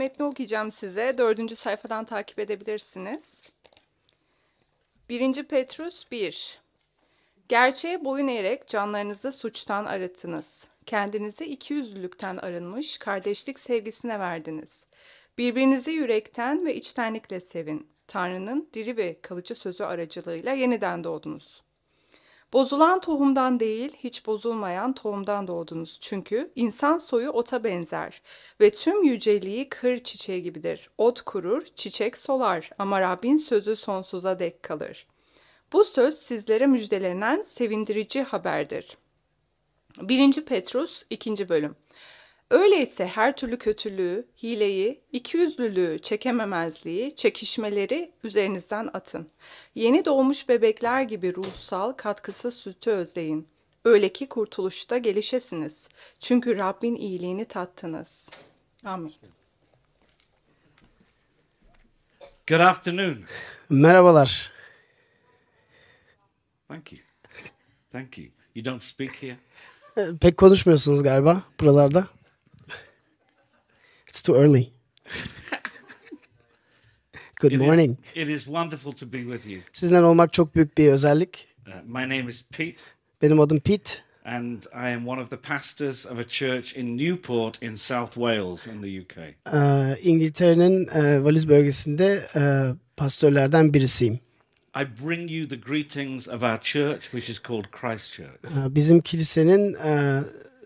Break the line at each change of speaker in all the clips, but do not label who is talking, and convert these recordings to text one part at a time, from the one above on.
vereceğim size. Dördüncü sayfadan takip edebilirsiniz. Birinci Petrus 1. Gerçeğe boyun eğerek canlarınızı suçtan arıttınız. Kendinizi ikiyüzlülükten arınmış, kardeşlik sevgisine verdiniz. Birbirinizi yürekten ve içtenlikle sevin. Tanrı'nın diri ve kalıcı sözü aracılığıyla yeniden doğdunuz. Bozulan tohumdan değil, hiç bozulmayan tohumdan doğdunuz. Çünkü insan soyu ota benzer ve tüm yüceliği kır çiçeği gibidir. Ot kurur, çiçek solar ama Rabbin sözü sonsuza dek kalır. Bu söz sizlere müjdelenen sevindirici haberdir. 1. Petrus 2. bölüm Öyleyse her türlü kötülüğü, hileyi, ikiyüzlülüğü, çekememezliği, çekişmeleri üzerinizden atın. Yeni doğmuş bebekler gibi ruhsal katkısız sütü özleyin. Öyle ki kurtuluşta gelişesiniz. Çünkü Rabbin iyiliğini tattınız. Amin.
Good afternoon.
Merhabalar.
Thank you. Thank you. You don't speak here?
Ee, Pek konuşmuyorsunuz galiba buralarda. It's too early. Good
It is-
morning.
it is wonderful to be with you.
Sizden olmak çok büyük bir özellik.
Uh, my name is Pete,
Benim adım Pete.
and I am one of the pastors of a church in Newport in South Wales in the UK.
Ee, İngiltere'nin e, valiz bölgesinde e, pastörlerden birisiyim.
I bring you the greetings of our church, which is called Christchurch.
Ee, Bizim kilisenin e,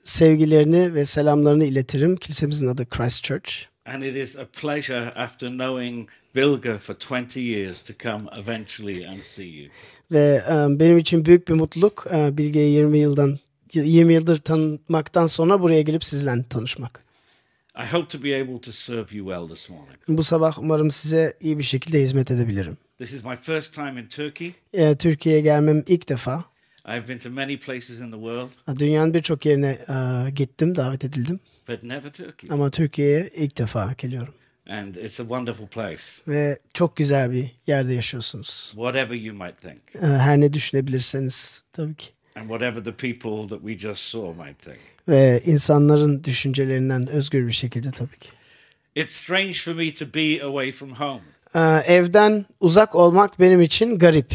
sevgilerini ve selamlarını iletirim. Kilisemizin adı Christ Church.
And it is a pleasure after knowing Bilger for 20 years to come eventually and see you.
Ve e, benim için büyük bir mutluluk e, Bilge'yi 20 yıldan 20 yıldır tanımaktan sonra buraya gelip sizle tanışmak.
I hope to be able to serve you well this morning.
Bu sabah umarım size iyi bir şekilde hizmet edebilirim.
This is my first time in Turkey.
Ee, Türkiye'ye gelmem ilk defa.
I've been to many places in the world,
Dünyanın birçok yerine e, gittim, davet edildim.
but never Turkey.
Ama Türkiye'ye ilk defa geliyorum.
And it's a wonderful place,
Ve çok güzel bir yerde yaşıyorsunuz.
whatever you might think,
Ee, her ne düşünebilirseniz tabii ki.
and whatever the people that we just saw might think.
Ve insanların düşüncelerinden özgür bir şekilde tabii ki.
It's strange for me to be away from home.
Ee, evden uzak olmak benim için garip.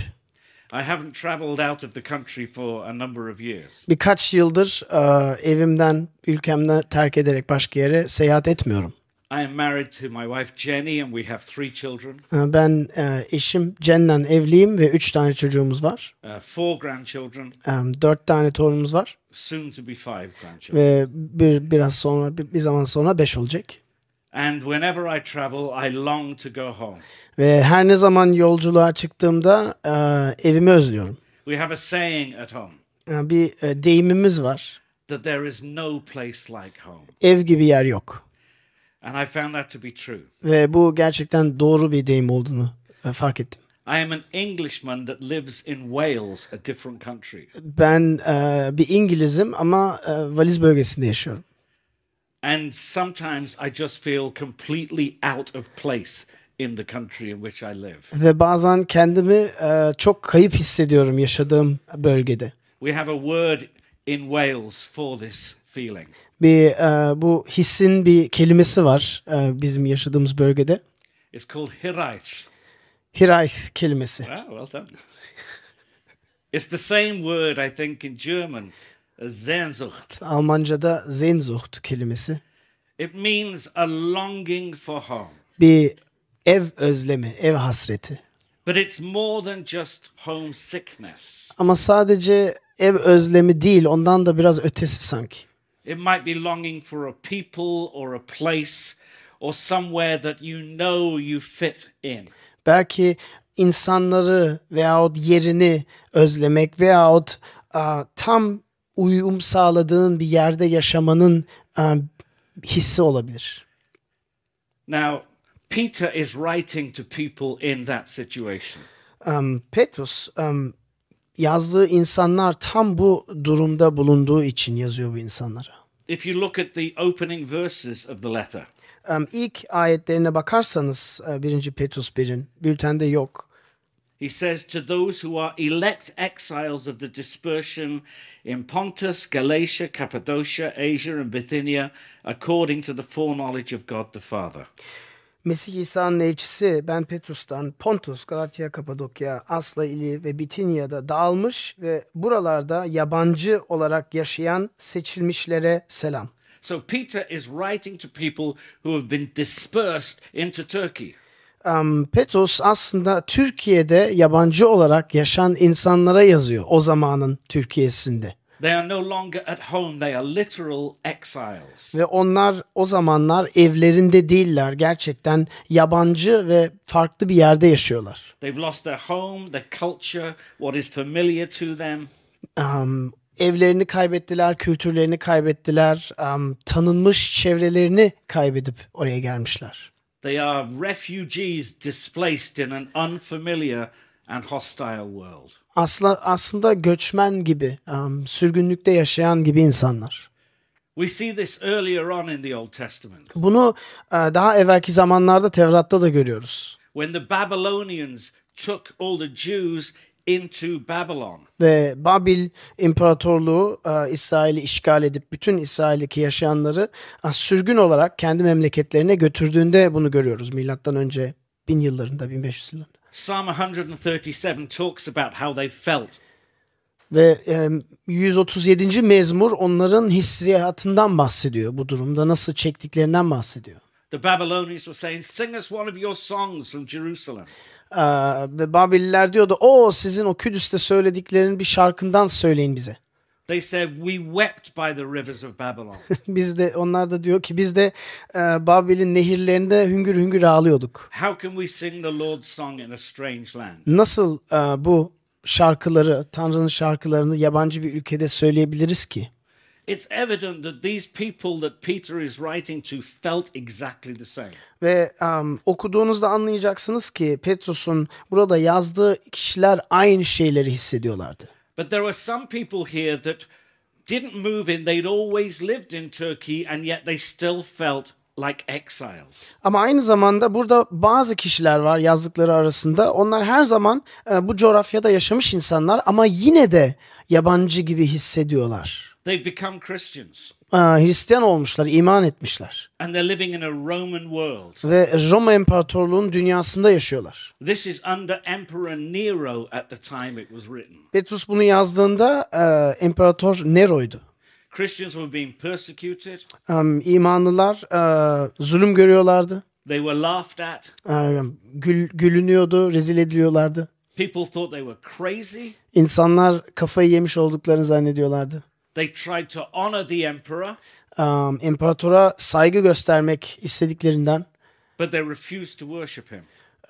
I haven't traveled out of the country for a number of years.
Birkaç yıldır e, evimden, ülkemden terk ederek başka yere seyahat etmiyorum.
I am married to my wife Jenny, and we have three children,
Ee, Ben e, eşim Cennan'la evliyim ve üç tane çocuğumuz var.
uh, four grandchildren,
Ee, Dört tane torunumuz var
soon to be five grandchildren.
ve bir biraz sonra bir, bir zaman sonra beş olacak.
And whenever I travel, I long to go home.
Ve her ne zaman yolculuğa çıktığımda e, evimi özlüyorum.
We have a saying at home
Ee, Bir e, deyimimiz var.
that there is no place like home.
Ev gibi yer yok.
And I found that to be true.
Ve bu gerçekten doğru bir deyim olduğunu e, fark ettim.
I am an Englishman that lives in Wales, a different country.
Ben e, bir İngilizim ama e, valiz bölgesinde yaşıyorum.
And sometimes I just feel completely out of place in the country in which I live.
Ve bazen kendimi e, çok kayıp hissediyorum yaşadığım bölgede.
We have a word in Wales for this feeling.
Bir e, bu hissin bir kelimesi var e, bizim yaşadığımız bölgede.
It's called hiraeth.
Hiraeth kelimesi.
Ah, well done. It's the same word, I think, in German as Sehnsucht.
Almanca'da Sehnsucht kelimesi.
It means a longing for home.
Bir ev özlemi, ev hasreti.
But it's more than just homesickness.
Ama sadece ev özlemi değil, ondan da biraz ötesi sanki.
It might be longing for a people or a place or somewhere that you know you fit in.
Belki insanları veyahut yerini özlemek veyahut a, tam uyum sağladığın bir yerde yaşamanın a, hissi olabilir.
Now, Peter is writing to people in that situation.
Am, Petrus am, yazdığı insanlar tam bu durumda bulunduğu için yazıyor bu insanlara.
If you look at the opening verses of the letter,
Am, İlk ayetlerine bakarsanız e, 1. Petrus 1'in bültende yok.
he says, To those who are elect exiles of the dispersion in Pontus, Galatia, Cappadocia, Asia, and Bithynia, according to the foreknowledge of God the Father.
Mesih İsa'nın elçisi ben Petrus'tan Pontus, Galatya, Kapadokya, Asla ili ve Bitinya'da dağılmış ve buralarda yabancı olarak yaşayan seçilmişlere selam.
So Peter is writing to people who have been dispersed into Turkey.
Em, Petrus aslında Türkiye'de yabancı olarak yaşayan insanlara yazıyor o zamanın Türkiye'sinde.
They are no longer at home, they are literal exiles.
Ve onlar o zamanlar evlerinde değiller. Gerçekten yabancı ve farklı bir yerde yaşıyorlar.
They've lost their home, their culture, what is familiar to them.
Am, evlerini kaybettiler, kültürlerini kaybettiler, am, tanınmış çevrelerini kaybedip oraya gelmişler.
They are refugees displaced in an unfamiliar and hostile world.
Asla, aslında göçmen gibi, am, sürgünlükte yaşayan gibi insanlar.
We see this earlier on in the Old Testament
Bunu e, daha evvelki zamanlarda Tevrat'ta da görüyoruz.
when the Babylonians took all the Jews into Babylon.
Ve Babil İmparatorluğu e, İsrail'i işgal edip bütün İsrail'deki yaşayanları e, sürgün olarak kendi memleketlerine götürdüğünde bunu görüyoruz. Milattan önce 1000 yıllarında, 1500 yıllarında.
Psalm 137 talks about how they felt.
Ve e, 137. mezmur onların hissiyatından bahsediyor. Bu durumda nasıl çektiklerinden bahsediyor.
The Babylonians were saying, Sing us one of your songs from Jerusalem.
E, ve Babililer diyordu o sizin o Kudüs'te söylediklerinin bir şarkından söyleyin bize.
They said, We wept by the rivers of Babylon.
Biz de onlar da diyor ki biz de e, Babil'in nehirlerinde hüngür hüngür ağlıyorduk.
How can we sing the Lord's song in a strange land?
Nasıl e, bu şarkıları, Tanrı'nın şarkılarını yabancı bir ülkede söyleyebiliriz ki?
It's evident that these people that Peter is writing to felt exactly the same.
Ve em, okuduğunuzda anlayacaksınız ki Petrus'un burada yazdığı kişiler aynı şeyleri hissediyorlardı.
But there were some people here that didn't move in, they'd always lived in Turkey, and yet they still felt like exiles.
Ama aynı zamanda burada bazı kişiler var yazdıkları arasında. Onlar her zaman e, bu coğrafyada yaşamış insanlar ama yine de yabancı gibi hissediyorlar.
They've become Christians,
E, Hristiyan olmuşlar, iman etmişler
and they're living in a Roman world.
ve Roma İmparatorluğu'nun dünyasında yaşıyorlar.
This is under Emperor Nero at the time it was written.
Petrus bunu yazdığında e, İmparator Nero'ydu.
Christians were being persecuted,
Em, imanlılar e, zulüm görüyorlardı.
they were laughed at,
E, gül, gülünüyordu, rezil ediliyorlardı.
people thought they were crazy.
İnsanlar kafayı yemiş olduklarını zannediyorlardı.
They tried to honor the emperor,
Em, imparatora saygı göstermek istediklerinden,
but they refused to worship him.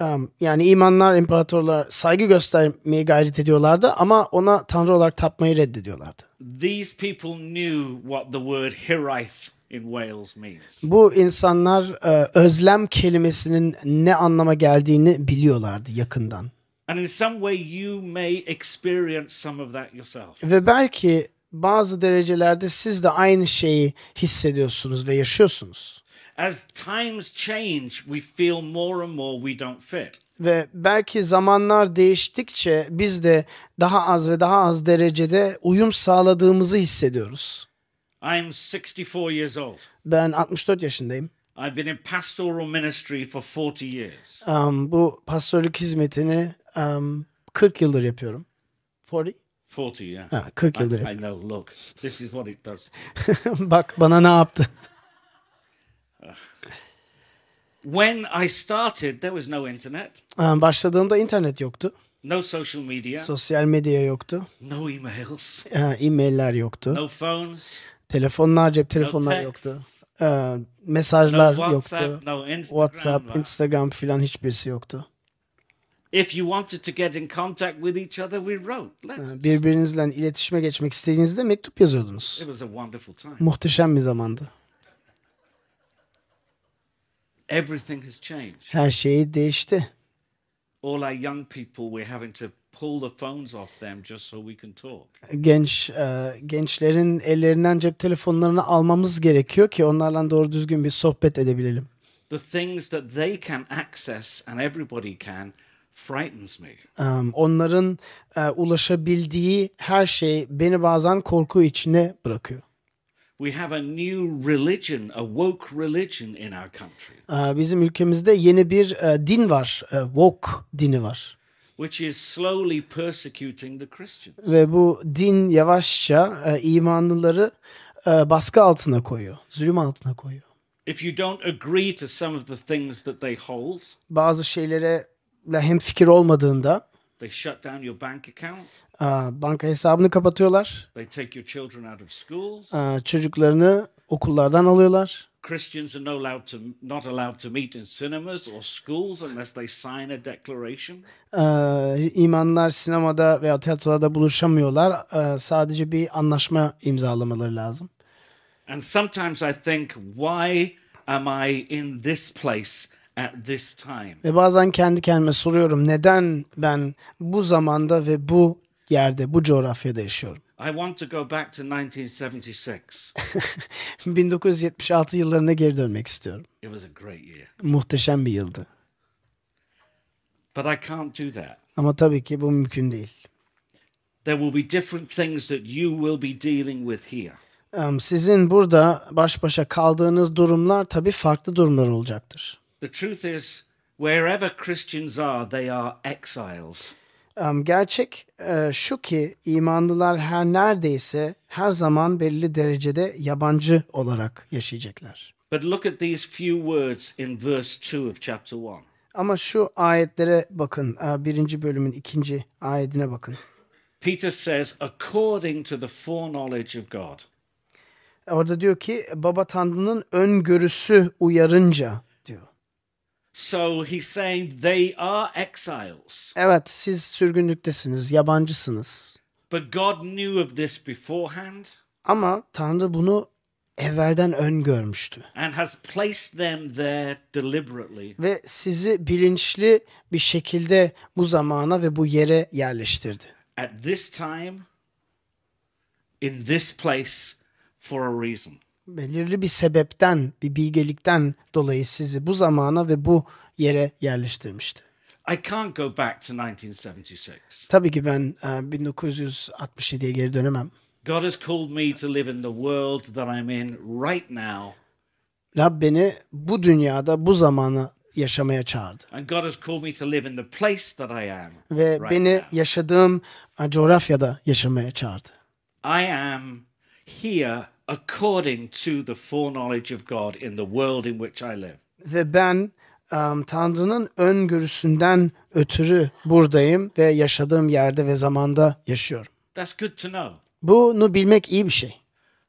em, yani imanlar imparatorlara saygı göstermeye gayret ediyorlardı ama ona tanrı olarak tapmayı reddediyorlardı.
These people knew what the word hiraeth in Wales means.
Bu insanlar e, özlem kelimesinin ne anlama geldiğini biliyorlardı yakından.
And in some way, you may experience some of that yourself.
Ve belki bazı derecelerde siz de aynı şeyi hissediyorsunuz ve yaşıyorsunuz.
As times change, we feel more and more we don't fit.
Ve belki zamanlar değiştikçe biz de daha az ve daha az derecede uyum sağladığımızı hissediyoruz.
I'm 64 years old.
Ben 64 yaşındayım.
I've been in pastoral ministry for 40 years.
Um, bu pastörlük hizmetini um, 40 yıldır yapıyorum. 40?
40, yeah.
Ha, 40
I,
yıldır
I
yapıyorum.
know, look, this is what it does.
Bak bana ne yaptı.
When I started, there was no internet,
Um, başladığımda internet yoktu.
no social media,
Sosyal medya yoktu.
no emails,
e, E-mailler yoktu.
no phones,
Telefonlar, cep telefonlar
text.
yoktu. Ee,
no
mesajlar
WhatsApp,
yoktu.
no Instagram.
WhatsApp,
no-
Instagram filan hiçbirisi yoktu.
If you wanted to get in contact with each other, we wrote letters.
Ee, Birbirinizle iletişime geçmek istediğinizde mektup yazıyordunuz.
It was a wonderful time.
Muhteşem bir zamandı.
Everything has changed.
Her şey değişti.
All our young people, we're having to pull the phones off them just so we can talk.
Genç e, gençlerin ellerinden cep telefonlarını almamız gerekiyor ki onlarla doğru düzgün bir sohbet edebilelim.
The things that they can access and everybody can frightens me.
Ee, Onların e, ulaşabildiği her şey beni bazen korku içine bırakıyor.
We have a new religion, a woke religion in our country,
Aa, Ee, Bizim ülkemizde yeni bir e, din var. E, Woke dini var.
which is slowly persecuting the Christians.
Ve bu din yavaşça e, imanlıları e, baskı altına koyuyor. Zulüm altına koyuyor.
If you don't agree to some of the things that they hold,
Bazı şeylere hem fikir olmadığında
they shut down your bank account,
e, banka hesabını kapatıyorlar.
they take your children out of schools.
E, Çocuklarını okullardan alıyorlar.
Christians are no allowed to, not allowed to meet in cinemas or schools unless they sign a declaration.
Ee, imanlar sinemada veya tiyatroda buluşamıyorlar. Ee, sadece bir anlaşma imzalamaları lazım.
And sometimes I think, why am I in this place at this time?
Ve bazen kendi kendime soruyorum neden ben bu zamanda ve bu yerde, bu coğrafyada yaşıyorum?
I want to go back to 1976.
1976 yıllarına geri dönmek istiyorum.
It was a great year.
Muhteşem bir yıldı.
But I can't do that.
Ama tabii ki bu mümkün değil.
There will be different things that you will be dealing with here.
Ee, Sizin burada baş başa kaldığınız durumlar tabii farklı durumlar olacaktır.
The truth is, wherever Christians are, they are exiles.
Em, Gerçek e, şu ki imanlılar her neredeyse her zaman belli derecede yabancı olarak yaşayacaklar.
But look at these few words in verse 2 of chapter 1.
Ama şu ayetlere bakın. e, Birinci bölümün ikinci ayetine bakın.
Peter says, according to the foreknowledge of God.
Orada diyor ki baba Tanrı'nın öngörüsü uyarınca diyor.
So he's saying they are exiles.
Evet siz sürgünlüktesiniz, yabancısınız.
But God knew of this beforehand
Ama Tanrı bunu evvelden öngörmüştü.
and has placed them there deliberately
Ve sizi bilinçli bir şekilde bu zamana ve bu yere yerleştirdi.
at this time, in this place, for a reason.
belirli bir sebepten, bir bilgelikten dolayı sizi bu zamana ve bu yere yerleştirmişti.
I can't go back to 1976.
Tabii ki ben e, 1967'ye geri dönemem.
God has called me to live in the world that I'm in right now,
Rab beni bu dünyada, bu zamana yaşamaya çağırdı.
and God has called me to live in the place that I am.
Ve
right
beni
now.
yaşadığım e, coğrafyada yaşamaya çağırdı.
I am here according to the foreknowledge of God in the world in which I live.
Ve ben e, Tanrı'nın öngörüsünden ötürü buradayım ve yaşadığım yerde ve zamanda yaşıyorum.
That's good to know
Bunu bilmek iyi bir şey.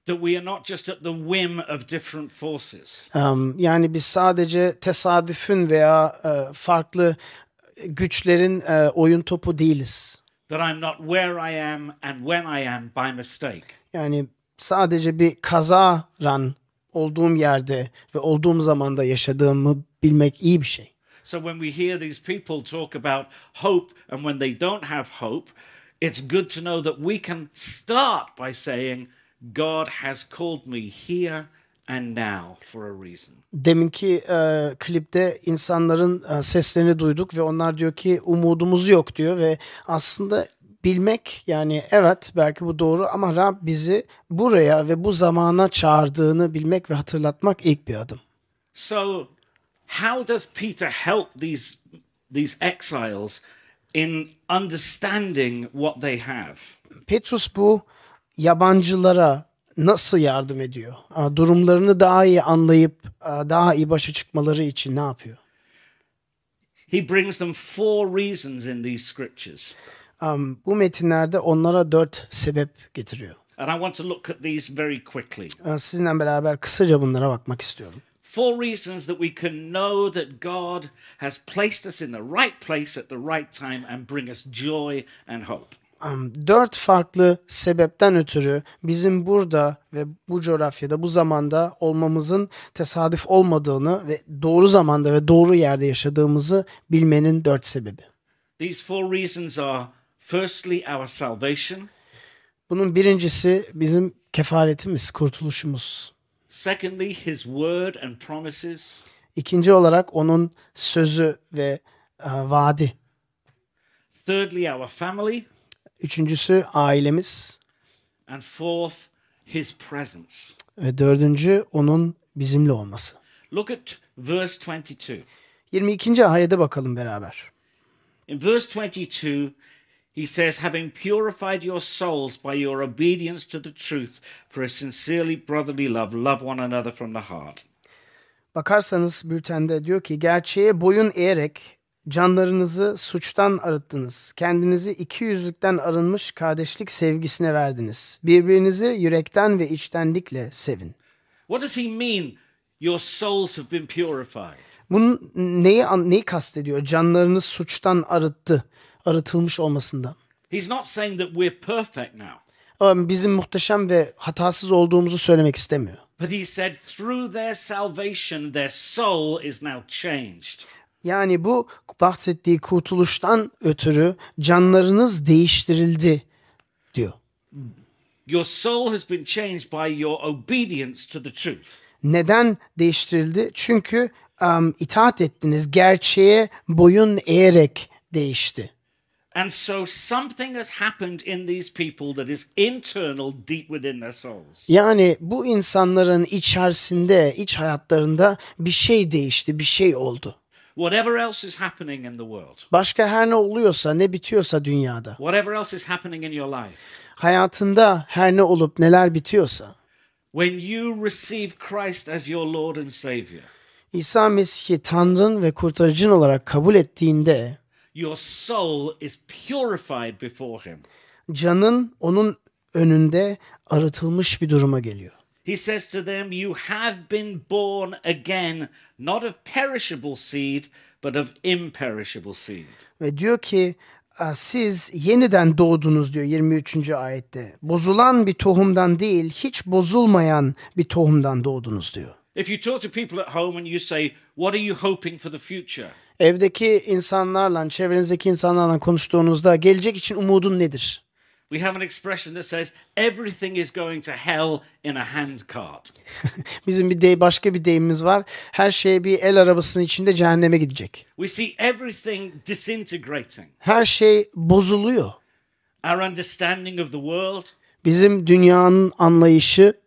that we are not just at the whim of different forces.
Um, yani biz sadece tesadüfün veya e, farklı güçlerin e, oyun topu değiliz.
That I'm not where I am and when I am by mistake.
Yani sadece bir kazaran olduğum yerde ve olduğum zamanda yaşadığımı bilmek iyi bir şey.
So when we hear these people talk about hope and when they don't have hope, it's good to know that we can start by saying, God has called me here and now for a reason.
Deminki e, klipte insanların e, seslerini duyduk ve onlar diyor ki umudumuz yok diyor ve aslında bilmek yani evet belki bu doğru ama Rab bizi buraya ve bu zamana çağırdığını bilmek ve hatırlatmak ilk bir adım.
So how does Peter help these these exiles in understanding what they have?
Petrus bu yabancılara nasıl yardım ediyor? Aa, Durumlarını daha iyi anlayıp aa, daha iyi başa çıkmaları için ne yapıyor?
He brings them four reasons in these scriptures.
Am, E, Bu metinlerde onlara dört sebep getiriyor.
And I want to look at these very quickly.
Aa, Sizinle beraber kısaca bunlara bakmak istiyorum.
Four reasons that we can know that God has placed us in the right place at the right time and bring us joy and hope.
Am, Dört farklı sebepten ötürü bizim burada ve bu coğrafyada, bu zamanda olmamızın tesadüf olmadığını ve doğru zamanda ve doğru yerde yaşadığımızı bilmenin dört sebebi.
These four reasons are firstly, our salvation,
Bunun birincisi bizim kefaretimiz, kurtuluşumuz.
secondly, His word and promises,
İkinci olarak onun sözü ve e, vaadi.
thirdly, our family,
Üçüncüsü ailemiz.
and fourth, his presence.
Ve dördüncü onun bizimle olması.
Look at verse 22.
22. ayete bakalım beraber.
In verse 22, he says, Having purified your souls by your obedience to the truth for a sincerely brotherly love, love one another from the heart.
Bakarsanız bültende diyor ki gerçeğe boyun eğerek canlarınızı suçtan arıttınız. Kendinizi iki yüzlükten arınmış kardeşlik sevgisine verdiniz. Birbirinizi yürekten ve içtenlikle sevin.
What does he mean? Your souls have been purified.
Bunun neyi an- neyi kastediyor? Canlarınız suçtan arıttı, arıtılmış olmasından.
He's not saying that we're perfect now,
Ama Bizim muhteşem ve hatasız olduğumuzu söylemek istemiyor.
but he said, through their salvation, their soul is now changed.
Yani bu bahsettiği kurtuluştan ötürü canlarınız değiştirildi diyor.
Your soul has been changed by your obedience to the truth.
Neden değiştirildi? Çünkü em, itaat ettiniz. Gerçeğe boyun eğerek değişti.
And so something has happened in these people that is internal, deep within their souls.
Yani bu insanların içerisinde, iç hayatlarında bir şey değişti, bir şey oldu.
Whatever else is happening in the world,
Başka her ne oluyorsa, ne bitiyorsa dünyada,
whatever else is happening in your life,
hayatında her ne olup neler bitiyorsa,
when you receive Christ as your Lord and Savior,
İsa Mesih'i Tanrın ve kurtarıcın olarak kabul ettiğinde
your soul is purified before Him.
canın onun önünde arıtılmış bir duruma geliyor.
He says to them, You have been born again, not of perishable seed, but of imperishable seed.
Ve diyor ki "Aa, siz yeniden doğdunuz diyor 23. ayette. Bozulan bir tohumdan değil hiç bozulmayan bir tohumdan doğdunuz diyor.
If you talk to people at home and you say, What are you hoping for the future?
Evdeki insanlarla, çevrenizdeki insanlarla konuştuğunuzda gelecek için umudun nedir?
We have an expression that says, Everything is going to hell in a handcart.
Bizim bir dey başka bir deyimimiz var. Her şey bir el arabasının içinde cehenneme gidecek.
We see everything disintegrating.
Her şey bozuluyor.
Our understanding of the world,
Bizim dünyanın anlayışı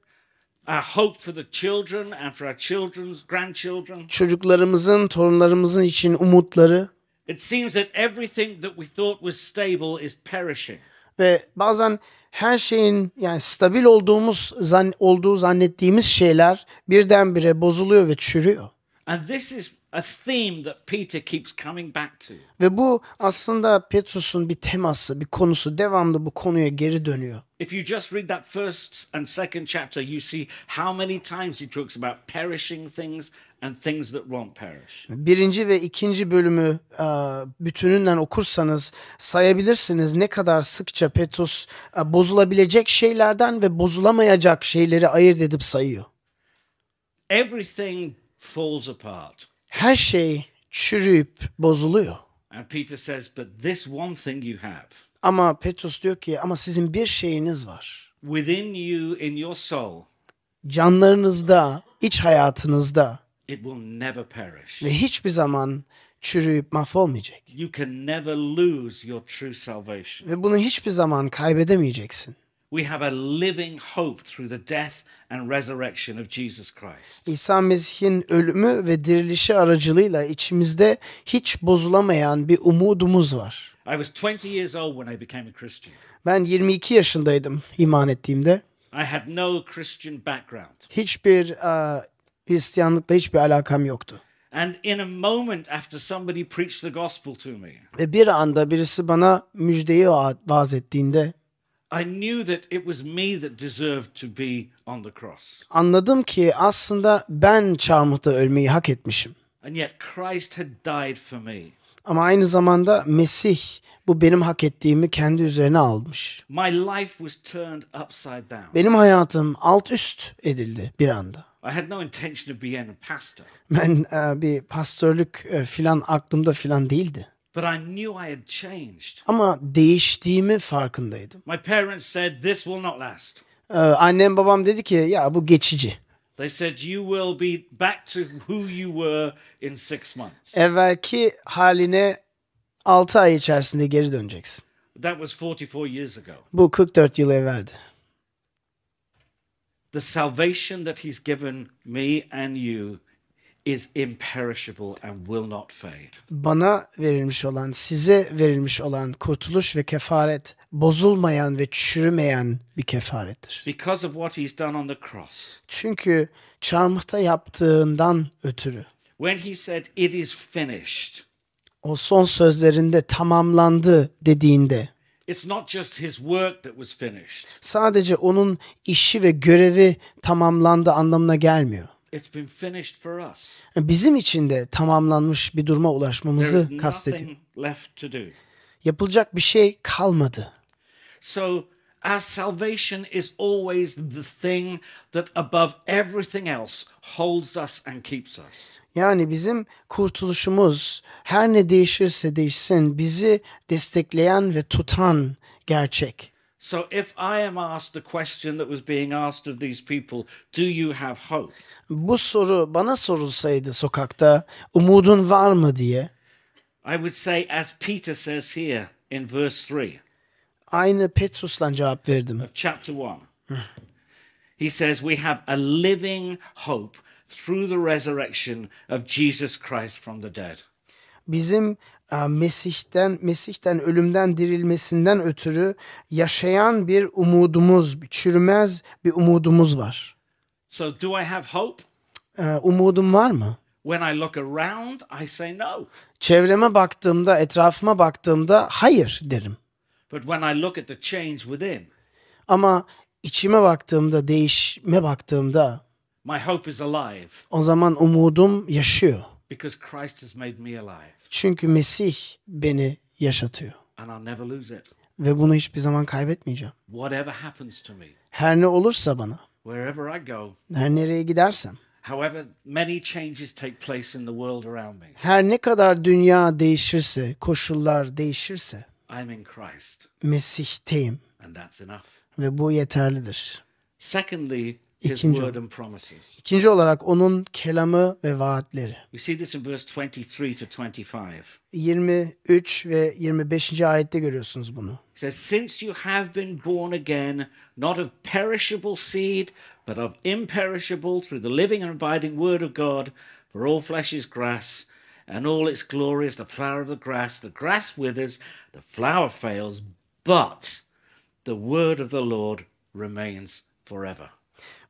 our hope for the children and for our children's grandchildren.
çocuklarımızın, torunlarımızın için umutları
It seems that everything that we thought was stable is perishing.
ve bazen her şeyin yani stabil olduğumuz zan, olduğu zannettiğimiz şeyler birdenbire bozuluyor ve çürüyor.
And this is a theme that Peter keeps coming back to.
Ve bu aslında Petrus'un bir teması, bir konusu. Devamlı bu konuya geri dönüyor.
If you just read that first and second chapter, you see how many times he talks about perishing things and things that won't perish.
Birinci ve ikinci bölümü e, bütününden okursanız sayabilirsiniz ne kadar sıkça Petrus e, bozulabilecek şeylerden ve bozulamayacak şeyleri ayırt edip sayıyor.
Everything falls apart.
Her şey çürüyüp bozuluyor.
And Peter says, But this one thing you have
Ama Petrus diyor ki ama sizin bir şeyiniz var.
within you, in your soul,
Canlarınızda, iç hayatınızda
it will never perish.
ve hiçbir zaman çürüyüp mahvolmayacak.
You can never lose your true salvation.
Ve bunu hiçbir zaman kaybedemeyeceksin.
We have a living hope through the death and resurrection of Jesus Christ.
İsa Mesih'in ölümü ve dirilişi aracılığıyla içimizde hiç bozulamayan bir umudumuz var.
I was 20 years old when I became a Christian.
Ben 22 yaşındaydım iman ettiğimde.
I had no Christian background.
Hiçbir e, Hristiyanlıkla hiçbir alakam yoktu.
And in a moment after somebody preached the gospel to me,
Ve bir anda birisi bana müjdeyi va- vaaz ettiğinde
I knew that it was me that deserved to be on the cross.
anladım ki aslında ben çarmıhta ölmeyi hak etmişim.
And yet Christ had died for me.
Ama aynı zamanda Mesih bu benim hak ettiğimi kendi üzerine almış.
My life was turned upside down.
Benim hayatım alt üst edildi bir anda.
I had no intention of being a pastor,
Ben e, bir pastörlük e, filan aklımda filan değildi.
but I knew I had changed.
Ama değiştiğimi farkındaydım.
My parents said, This will not last.
E, annem babam dedi ki ya bu geçici.
They said, You will be back to who you were in six months.
Evvelki haline 6 ay içerisinde geri döneceksin.
That was 44 years ago.
Bu 44 yıl evveldi.
the salvation that he's given me and you is imperishable and will not fade.
bana verilmiş olan, size verilmiş olan kurtuluş ve kefaret bozulmayan ve çürümeyen bir kefarettir.
Because of what he's done on the cross,
Çünkü çarmıhta yaptığından ötürü
when he said, It is finished,
o son sözlerinde tamamlandı dediğinde
it's not just his work that was finished,
sadece onun işi ve görevi tamamlandı anlamına gelmiyor.
it's been finished for us.
Bizim için de tamamlanmış bir duruma
There is
ulaşmamızı kastediyor.
nothing left to do.
Yapılacak bir şey kalmadı.
So our salvation is always the thing that above everything else holds us and keeps us.
Yani bizim kurtuluşumuz her ne değişirse değişsin bizi destekleyen ve tutan gerçek.
So if I am asked the question that was being asked of these people, do you have hope?
Bu soru bana sorulsaydı sokakta umudun var mı diye
I would say, as Peter says here in verse 3
aynı Petrus'la cevap verdim.
of chapter 1, he says, We have a living hope through the resurrection of Jesus Christ from the dead.
Bizim e, Mesih'ten Mesih'ten ölümden dirilmesinden ötürü yaşayan bir umudumuz, çürümez bir umudumuz var.
So do I have hope?
E, Umudum var mı?
When I look around, I say no.
Çevreme baktığımda, etrafıma baktığımda hayır derim.
But when I look at the change within,
Ama içime baktığımda, değişime baktığımda
my hope is alive
o zaman umudum yaşıyor.
because Christ has made me alive
Çünkü Mesih beni yaşatıyor
and I'll never lose it.
ve bunu hiçbir zaman kaybetmeyeceğim.
Whatever happens to me,
Her ne olursa bana,
wherever I go,
her nereye gidersem,
however many changes take place in the world around me,
her ne kadar dünya değişirse, koşullar değişirse
I'm in Christ
Mesih'teyim
and that's enough.
ve bu yeterlidir.
Secondly, his
İkinci
word
olarak.
and promises.
İkinci olarak onun kelamı ve vaatleri.
We see this in verse 23 to 25.
23 ve 25. ayette görüyorsunuz bunu.
It says, Since you have been born again, not of perishable seed, but of imperishable, through the living and abiding word of God, for all flesh is grass, and all its glory is the flower of the grass. The grass withers, the flower fails, but the word of the Lord remains forever.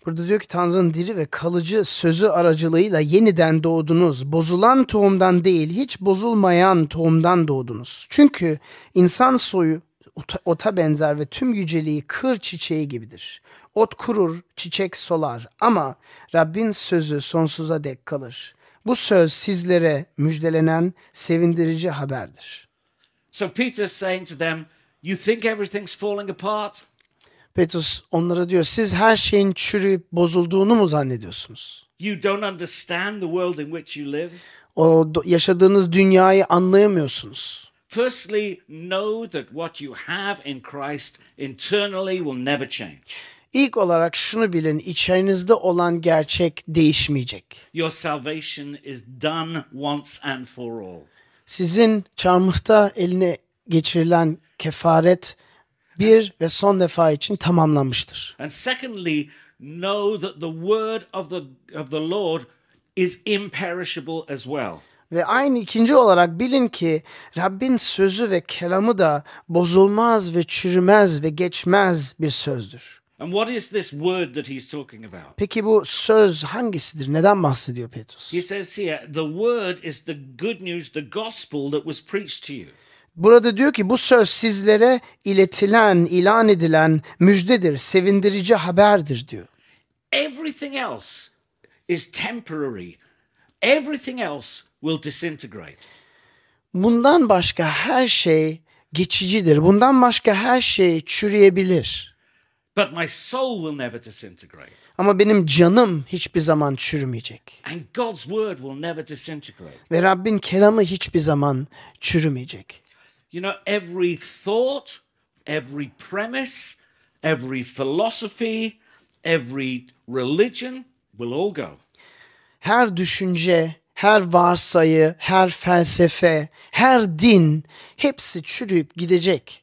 Burada diyor ki Tanrı'nın diri ve kalıcı sözü aracılığıyla yeniden doğdunuz. Bozulan tohumdan değil, hiç bozulmayan tohumdan doğdunuz. Çünkü insan soyu ota, ota benzer ve tüm yüceliği kır çiçeği gibidir. Ot kurur, çiçek solar ama Rabbin sözü sonsuza dek kalır. Bu söz sizlere müjdelenen sevindirici haberdir.
So Peter's saying to them, You think everything's falling apart?
Petrus onlara diyor siz her şeyin çürüyüp bozulduğunu mu zannediyorsunuz?
You don't understand the world in which you live?
O do- yaşadığınız dünyayı anlayamıyorsunuz.
Firstly, know that what you have in Christ internally will never change.
İlk olarak şunu bilin, içerinizde olan gerçek değişmeyecek.
Your salvation is done once and for all.
Sizin çarmıhta eline geçirilen kefaret bir ve son defa için tamamlanmıştır.
And secondly, know that the word of the of the Lord is imperishable as well.
Ve aynı ikinci olarak bilin ki Rabbin sözü ve kelamı da bozulmaz ve çürümez ve geçmez bir sözdür.
And what is this word that he's talking about?
Peki bu söz hangisidir? Neden bahsediyor Petrus?
He says here, the word is the good news, the gospel that was preached to you.
Burada diyor ki bu söz sizlere iletilen, ilan edilen müjdedir, sevindirici haberdir diyor.
Everything else is temporary. Everything else will disintegrate.
Bundan başka her şey geçicidir. Bundan başka her şey çürüyebilir.
But my soul will never disintegrate.
Ama benim canım hiçbir zaman çürümeyecek.
And God's word will never disintegrate.
Ve Rabbin kelamı hiçbir zaman çürümeyecek.
You know, every thought, every premise, every philosophy, every religion will all go.
Her düşünce, her varsayı, her felsefe, her din hepsi çürüyüp gidecek.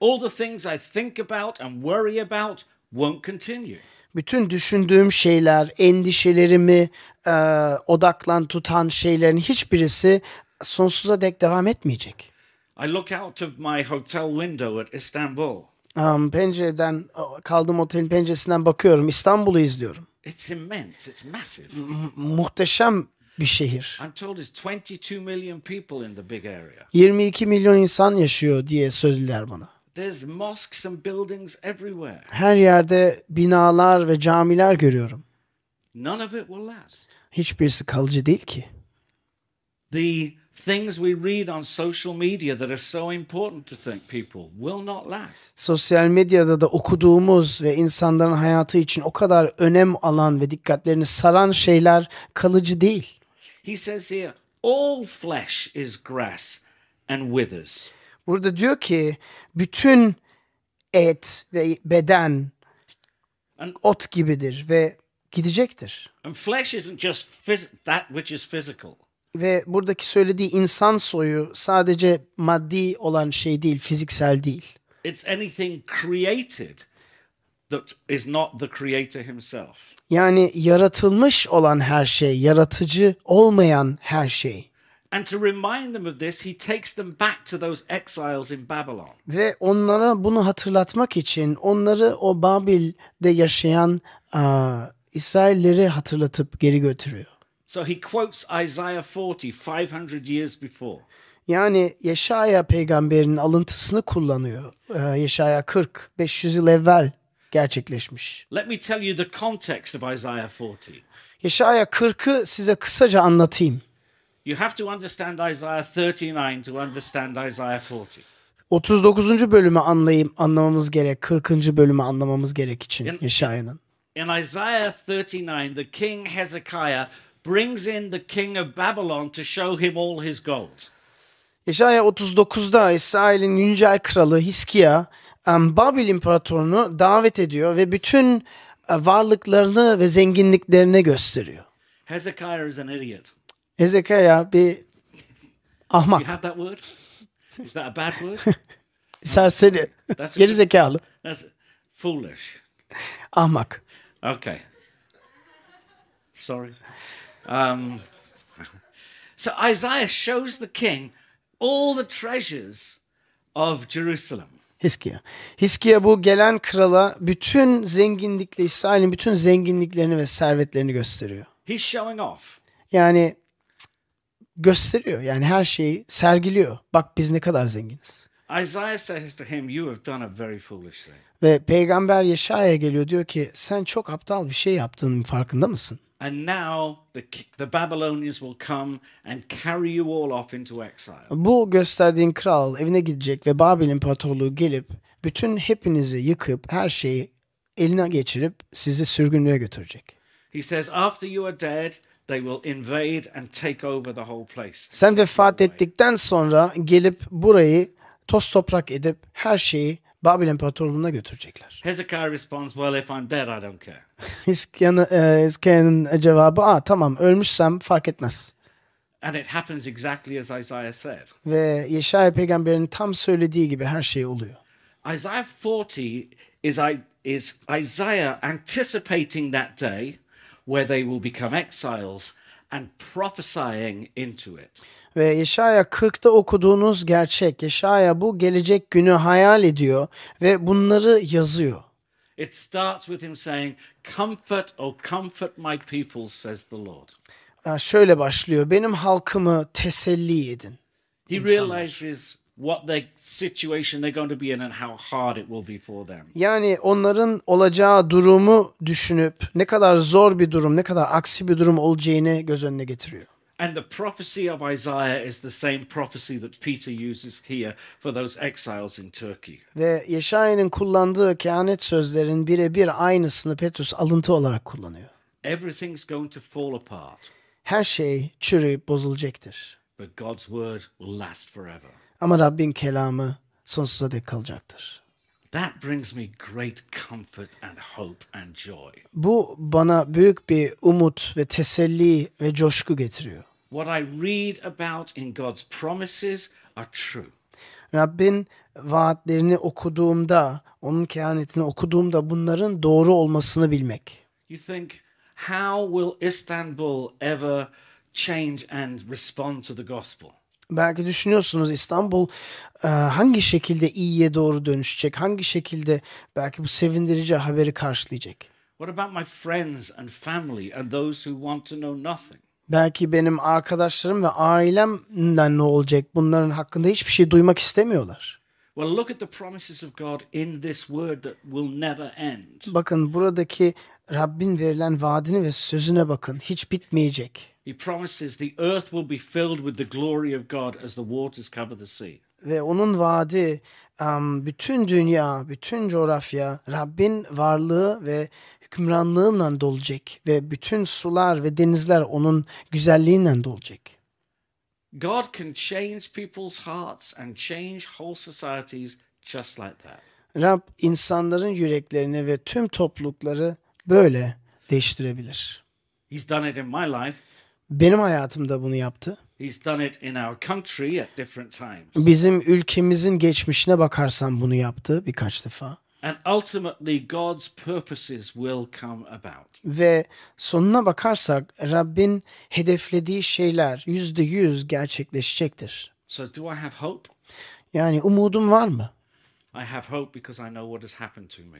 All the things I think about and worry about won't continue.
bütün düşündüğüm şeyler, endişelerimi e, odaklan tutan şeylerin hiçbirisi sonsuza dek devam etmeyecek.
I look out of my hotel window at Istanbul.
Am, pencereden e, kaldığım otelin penceresinden bakıyorum. İstanbul'u izliyorum.
It's immense, it's massive.
Muhteşem bir şehir.
I'm told it's 22 million people in the big area.
22 milyon insan yaşıyor diye söylediler bana.
There's mosques and buildings everywhere.
Her yerde binalar ve camiler görüyorum.
None of it will last.
Hiçbirisi kalıcı değil ki.
The things we read on social media that are so important to think people will not last.
Sosyal medyada da okuduğumuz ve insanların hayatı için o kadar önem alan ve dikkatlerini saran şeyler kalıcı değil.
He says here, all flesh is grass and withers.
Burada diyor ki bütün et ve beden ot gibidir ve gidecektir.
And flesh isn't just phys- that which is physical.
Ve buradaki söylediği insan soyu sadece maddi olan şey değil, fiziksel değil.
It's anything created that is not the creator himself.
Yani yaratılmış olan her şey, yaratıcı olmayan her şey.
And to remind them of this, he takes them back to those exiles in Babylon.
Ve onlara bunu hatırlatmak için onları o Babil'de yaşayan aa, İsrailleri hatırlatıp geri götürüyor.
So he quotes Isaiah 40, 500 years before.
Yani Yeşaya peygamberinin alıntısını kullanıyor. Ee, Yeşaya 40, 500 yıl evvel gerçekleşmiş.
Let me tell you the context of Isaiah 40.
Yeşaya 40'ı size kısaca anlatayım.
You have to understand Isaiah 39 to understand Isaiah 40.
39. bölümü anlayayım, anlamamız gerek. 40. bölümü anlamamız gerek için Yeşaya'nın.
In Isaiah 39, the king Hezekiah brings in the king of Babylon to show him all his gold.
Yeşaya 39'da İsrail'in güncel kralı Hiskiya em, Babil imparatorunu davet ediyor ve bütün e, varlıklarını ve zenginliklerini gösteriyor.
Hezekiah is an idiot.
Hezekiah bir
You
ahmak,
have that word? Is that a bad word?
serseri,
That's a-
gerizekalı,
That's foolish.
ahmak.
Okay. Sorry. Um, so Isaiah shows the king all the treasures of Jerusalem.
Hiskiya. Hiskiya bu gelen krala bütün zenginlikle İsrail'in bütün zenginliklerini ve servetlerini gösteriyor.
He's showing off.
Yani gösteriyor. Yani her şeyi sergiliyor. Bak biz ne kadar zenginiz.
Isaiah says to him, You have done a very foolish thing.
Ve peygamber Yeşaya'ya geliyor diyor ki sen çok aptal bir şey yaptığının farkında mısın?
And now the, ki- the Babylonians will come and carry you all off into exile.
Bu gösterdiğin kral evine gidecek ve Babil İmparatorluğu gelip bütün hepinizi yıkıp her şeyi eline geçirip sizi sürgünlüğe götürecek.
He says, After you are dead, they will invade and take over the whole place.
Sen vefat ettikten sonra gelip burayı toz toprak edip her şeyi Babil İmparatorluğu'na götürecekler.
Hezekiah responds, Well, if I'm dead, I don't care.
Hiskiyan'ı- e, Hiskiyan'ın cevabı aa tamam ölmüşsem fark etmez.
And it happens exactly as Isaiah said.
Ve Yeşaya peygamberin tam söylediği gibi her şey oluyor.
Isaiah 40 is, I- is Isaiah anticipating that day where they will become exiles and prophesying into it.
Ve Yeşaya 40'ta okuduğunuz gerçek. Yeşaya bu gelecek günü hayal ediyor ve bunları yazıyor.
It starts with him saying, Comfort, O comfort my people, says the Lord.
Ha, Şöyle başlıyor. Benim halkımı teselli edin.
He realizes what their situation they're going to be in and how hard it will be for them.
Yani onların olacağı durumu düşünüp ne kadar zor bir durum, ne kadar aksi bir durum olacağını göz önüne getiriyor.
And the prophecy of Isaiah is the same prophecy that Peter uses here for those exiles in Turkey.
Ve Yeşaya'nın kullandığı kehanet sözlerin birebir aynısını Petrus alıntı olarak kullanıyor.
Everything's going to fall apart,
Her şey çürüyüp bozulacaktır.
but God's word will last forever.
Ama Rabbin kelamı sonsuza dek kalacaktır.
That brings me great comfort and hope and joy.
Bu bana büyük bir umut ve teselli ve coşku getiriyor.
What I read about in God's promises are true.
Rabbin vaatlerini okuduğumda, onun kehanetini okuduğumda bunların doğru olmasını bilmek.
You think, how will Istanbul ever change and respond to the gospel?
Belki düşünüyorsunuz İstanbul e, hangi şekilde iyiye doğru dönüşecek, hangi şekilde belki bu sevindirici haberi karşılayacak.
What about my friends and family and those who want to know nothing?
Belki benim arkadaşlarım ve ailemden ne olacak bunların hakkında hiçbir şey duymak istemiyorlar.
Well, look at the promises of God in this word that will never end.
Bakın buradaki Rabbin verilen vaadini ve sözüne bakın. Hiç bitmeyecek.
He promises the earth will be filled with the glory of God as the waters cover the sea.
Ve onun vaadi em, bütün dünya, bütün coğrafya Rabbin varlığı ve hükümranlığıyla dolacak. Ve bütün sular ve denizler onun güzelliğiyle dolacak.
God can change people's hearts and change whole societies just like that.
Rab insanların yüreklerini ve tüm toplulukları böyle değiştirebilir.
He's done it in my life.
Benim hayatımda bunu yaptı.
He's done it in our country at different times.
Bizim ülkemizin geçmişine bakarsan bunu yaptı birkaç defa.
And ultimately, God's purposes will come about.
Ve sonuna bakarsak Rabbin hedeflediği şeyler yüzde yüz gerçekleşecektir.
So, do I have hope?
Yani umudum var mı?
I have hope because I know what has happened to me,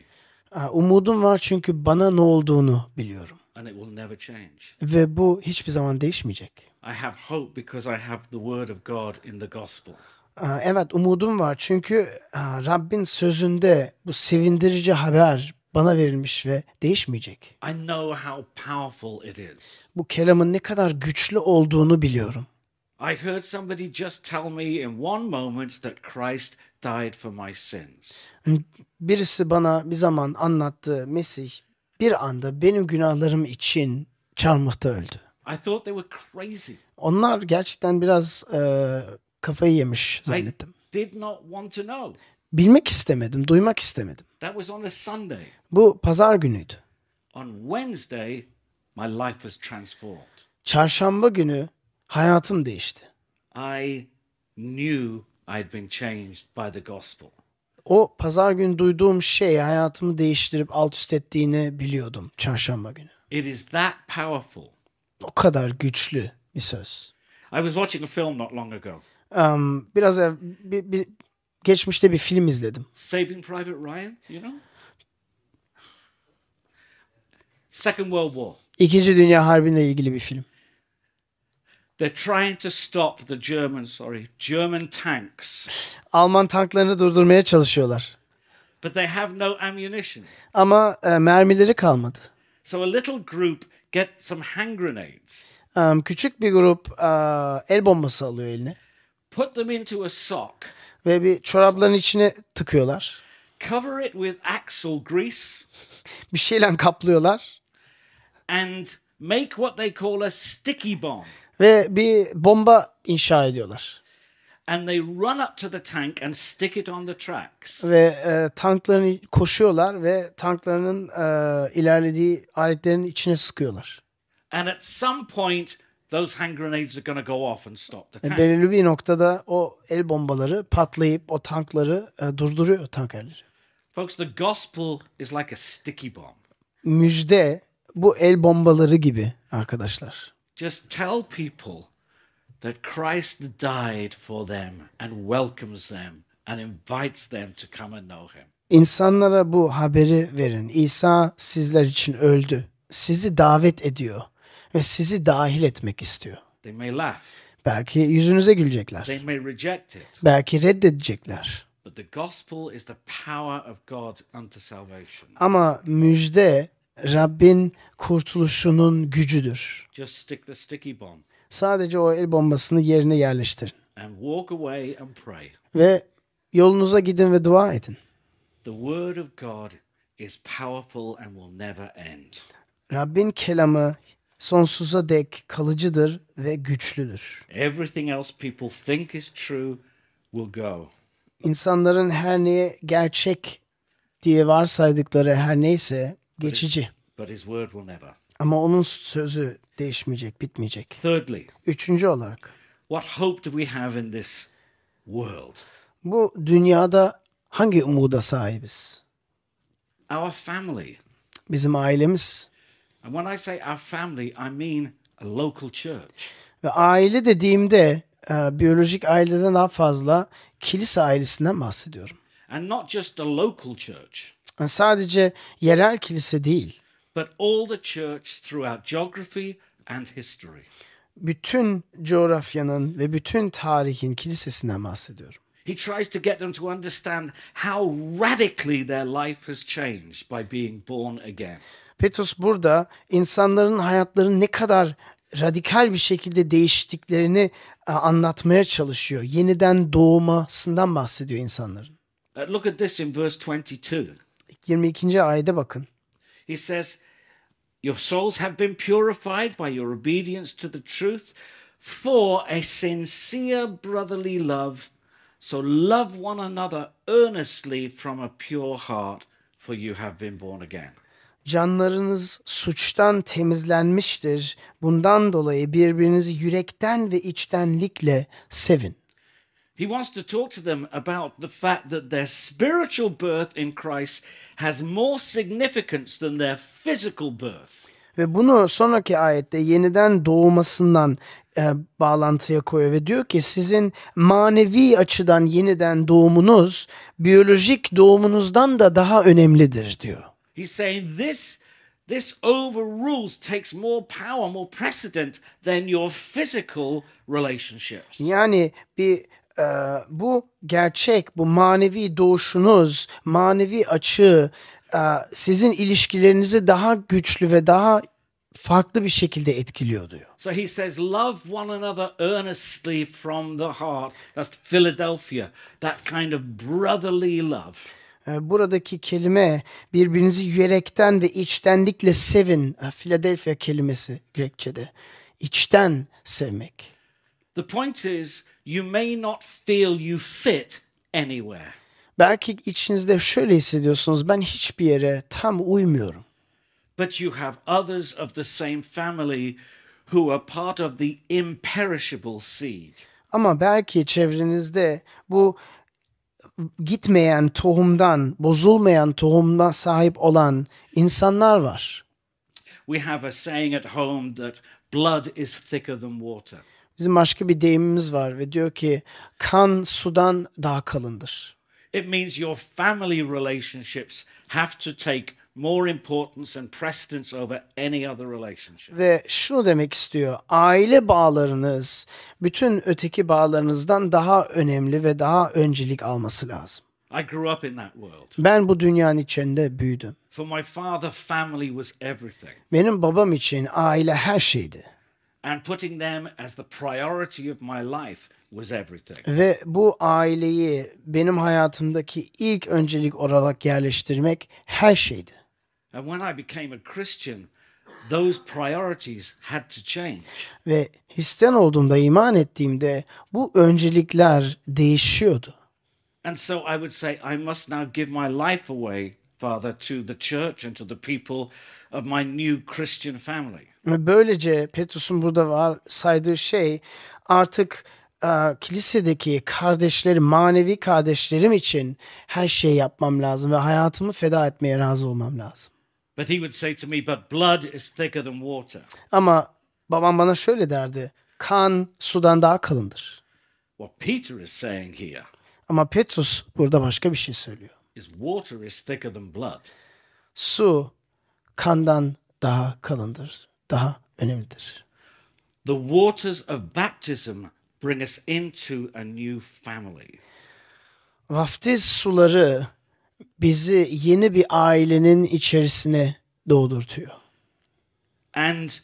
Ha, Umudum var çünkü bana ne olduğunu biliyorum.
and it will never change.
Ve bu hiçbir zaman değişmeyecek.
I have hope because I have the Word of God in the gospel.
Ha, Evet umudum var çünkü ha, Rabbin sözünde bu sevindirici haber bana verilmiş ve değişmeyecek.
I know how powerful it is.
Bu kelamın ne kadar güçlü olduğunu biliyorum.
I heard somebody just tell me in one moment that Christ died for my sins.
Birisi bana bir zaman anlattı Mesih bir anda benim günahlarım için çarmıhta öldü.
I thought they were crazy.
Onlar gerçekten biraz e, kafayı yemiş
I
zannettim.
did not want to know.
Bilmek istemedim, duymak istemedim.
That was on a Sunday.
Bu pazar günüydü.
On Wednesday, my life was transformed.
Çarşamba günü hayatım değişti.
I knew I'd been changed by the gospel.
O pazar günü duyduğum şey hayatımı değiştirip alt üst ettiğini biliyordum çarşamba günü.
It is that powerful.
O kadar güçlü bir söz.
I was watching a film not long ago,
Em, biraz ev, bir- bir- geçmişte bir film izledim.
Saving Private Ryan, you know? Second World War.
İkinci Dünya Harbi'yle ilgili bir film.
They're trying to stop the German, sorry, German tanks,
Alman tanklarını durdurmaya çalışıyorlar.
but they have no ammunition.
Ama e, mermileri kalmadı.
So a little group get some hand grenades,
Em, küçük bir grup e, el bombası alıyor eline
put them into a sock,
ve bir çorapların içine tıkıyorlar.
cover it with axle grease,
Bir şeyle kaplıyorlar
and make what they call a sticky bomb.
ve bir bomba inşa ediyorlar.
And they run up to the tank and stick it on the tracks.
Ve e, tankların koşuyorlar ve tanklarının e, ilerlediği aletlerin içine sıkıyorlar.
And at some point, those hand grenades are going to go off and stop the
Ve
tank.
E, belirli bir noktada o el bombaları patlayıp o tankları e, durduruyor tankerleri.
Folks, the gospel is like a sticky bomb.
Müjde bu el bombaları gibi arkadaşlar.
Just tell people that Christ died for them and welcomes them and invites them to come and know him.
İnsanlara bu haberi verin. İsa sizler için öldü. Sizi davet ediyor ve sizi dahil etmek istiyor.
They may laugh,
Belki yüzünüze gülecekler.
they may reject it,
Belki reddedecekler.
but the gospel is the power of God unto salvation.
Ama müjde Rabbin kurtuluşunun gücüdür.
Just stick the sticky bomb
Sadece o el bombasını yerine yerleştirin
and walk away and pray.
ve yolunuza gidin ve dua edin.
The word of God is powerful and will never end.
Rabbin kelamı sonsuza dek kalıcıdır ve güçlüdür.
Everything else people think is true will go.
İnsanların her neye gerçek diye varsaydıkları her neyse geçici.
but his word will never.
Ama onun sözü değişmeyecek, bitmeyecek.
Thirdly,
Üçüncü olarak
what hope do we have in this world?
Bu dünyada hangi umuda sahibiz?
Our family.
Bizim ailemiz
And when I say our family, I mean a local church.
ve aile dediğimde e, biyolojik aileden daha fazla kilise ailesinden bahsediyorum.
And not just a local church,
Yani sadece yerel kilise değil,
but all the church throughout geography and history.
bütün coğrafyanın ve bütün tarihin kilisesinden bahsediyorum.
He tries to get them to understand how radically their life has changed by being born again.
Petrus burada insanların hayatlarının ne kadar radikal bir şekilde değiştiklerini e, anlatmaya çalışıyor. Yeniden doğmasından bahsediyor insanların.
Uh, look at this in verse 22.
22. ayete bakın.
He says, Your souls have been purified by your obedience to the truth for a sincere brotherly love. So love one another earnestly from a pure heart, for you have been born again.
Canlarınız suçtan temizlenmiştir. Bundan dolayı birbirinizi yürekten ve içtenlikle sevin.
He wants to talk to them about the fact that their spiritual birth in Christ has more significance than their physical birth.
Ve bunu sonraki ayette yeniden doğmasından e, bağlantıya koyuyor ve diyor ki sizin manevi açıdan yeniden doğumunuz biyolojik doğumunuzdan da daha önemlidir diyor.
He's saying this this overrules takes more power, more precedent than your physical relationships.
Yani bir e, bu gerçek, bu manevi doğuşunuz, manevi açığı e, sizin ilişkilerinizi daha güçlü ve daha farklı bir şekilde etkiliyor diyor.
So he says, love one another earnestly from the heart. That's Philadelphia, that kind of brotherly love.
E, Buradaki kelime birbirinizi yürekten ve içtenlikle sevin. E, Philadelphia kelimesi Grekçe'de. İçten sevmek.
The point is, you may not feel you fit anywhere.
Belki içinizde şöyle hissediyorsunuz. Ben hiçbir yere tam uymuyorum.
but you have others of the same family who are part of the imperishable seed.
Ama belki çevrenizde bu e, gitmeyen tohumdan, bozulmayan tohumdan sahip olan insanlar var.
We have a saying at home that blood is thicker than water.
Bizim başka bir deyimimiz var ve diyor ki kan sudan daha kalındır.
It means your family relationships have to take more importance and precedence over any other relationship.
Ve şunu demek istiyor. Aile bağlarınız bütün öteki bağlarınızdan daha önemli ve daha öncelik alması lazım.
I grew up in that world.
Ben bu dünyanın içinde büyüdüm.
For my father, family was everything.
Benim babam için aile her şeydi.
And putting them as the priority of my life was everything.
Ve bu aileyi benim hayatımdaki ilk öncelik olarak yerleştirmek her şeydi.
And when I became a Christian, those priorities had to change.
Ve Hristiyan olduğumda, iman ettiğimde bu öncelikler değişiyordu.
And so I would say, I must now give my life away, Father, to the church and to the people of my new Christian family.
Ve böylece Petrus'un burada var saydığı şey artık e, kilisedeki kardeşlerim, manevi kardeşlerim için her şeyi yapmam lazım ve hayatımı feda etmeye razı olmam lazım.
But he would say to me, But blood is thicker than water.
Ama babam bana şöyle derdi, kan sudan daha kalındır.
What Peter is saying here
Ama Petrus burada başka bir şey söylüyor.
is water is thicker than blood.
su kandan daha kalındır, daha önemlidir.
The waters of baptism bring us into a new family.
Vaftiz suları bizi yeni bir ailenin içerisine doğdurtuyor.
And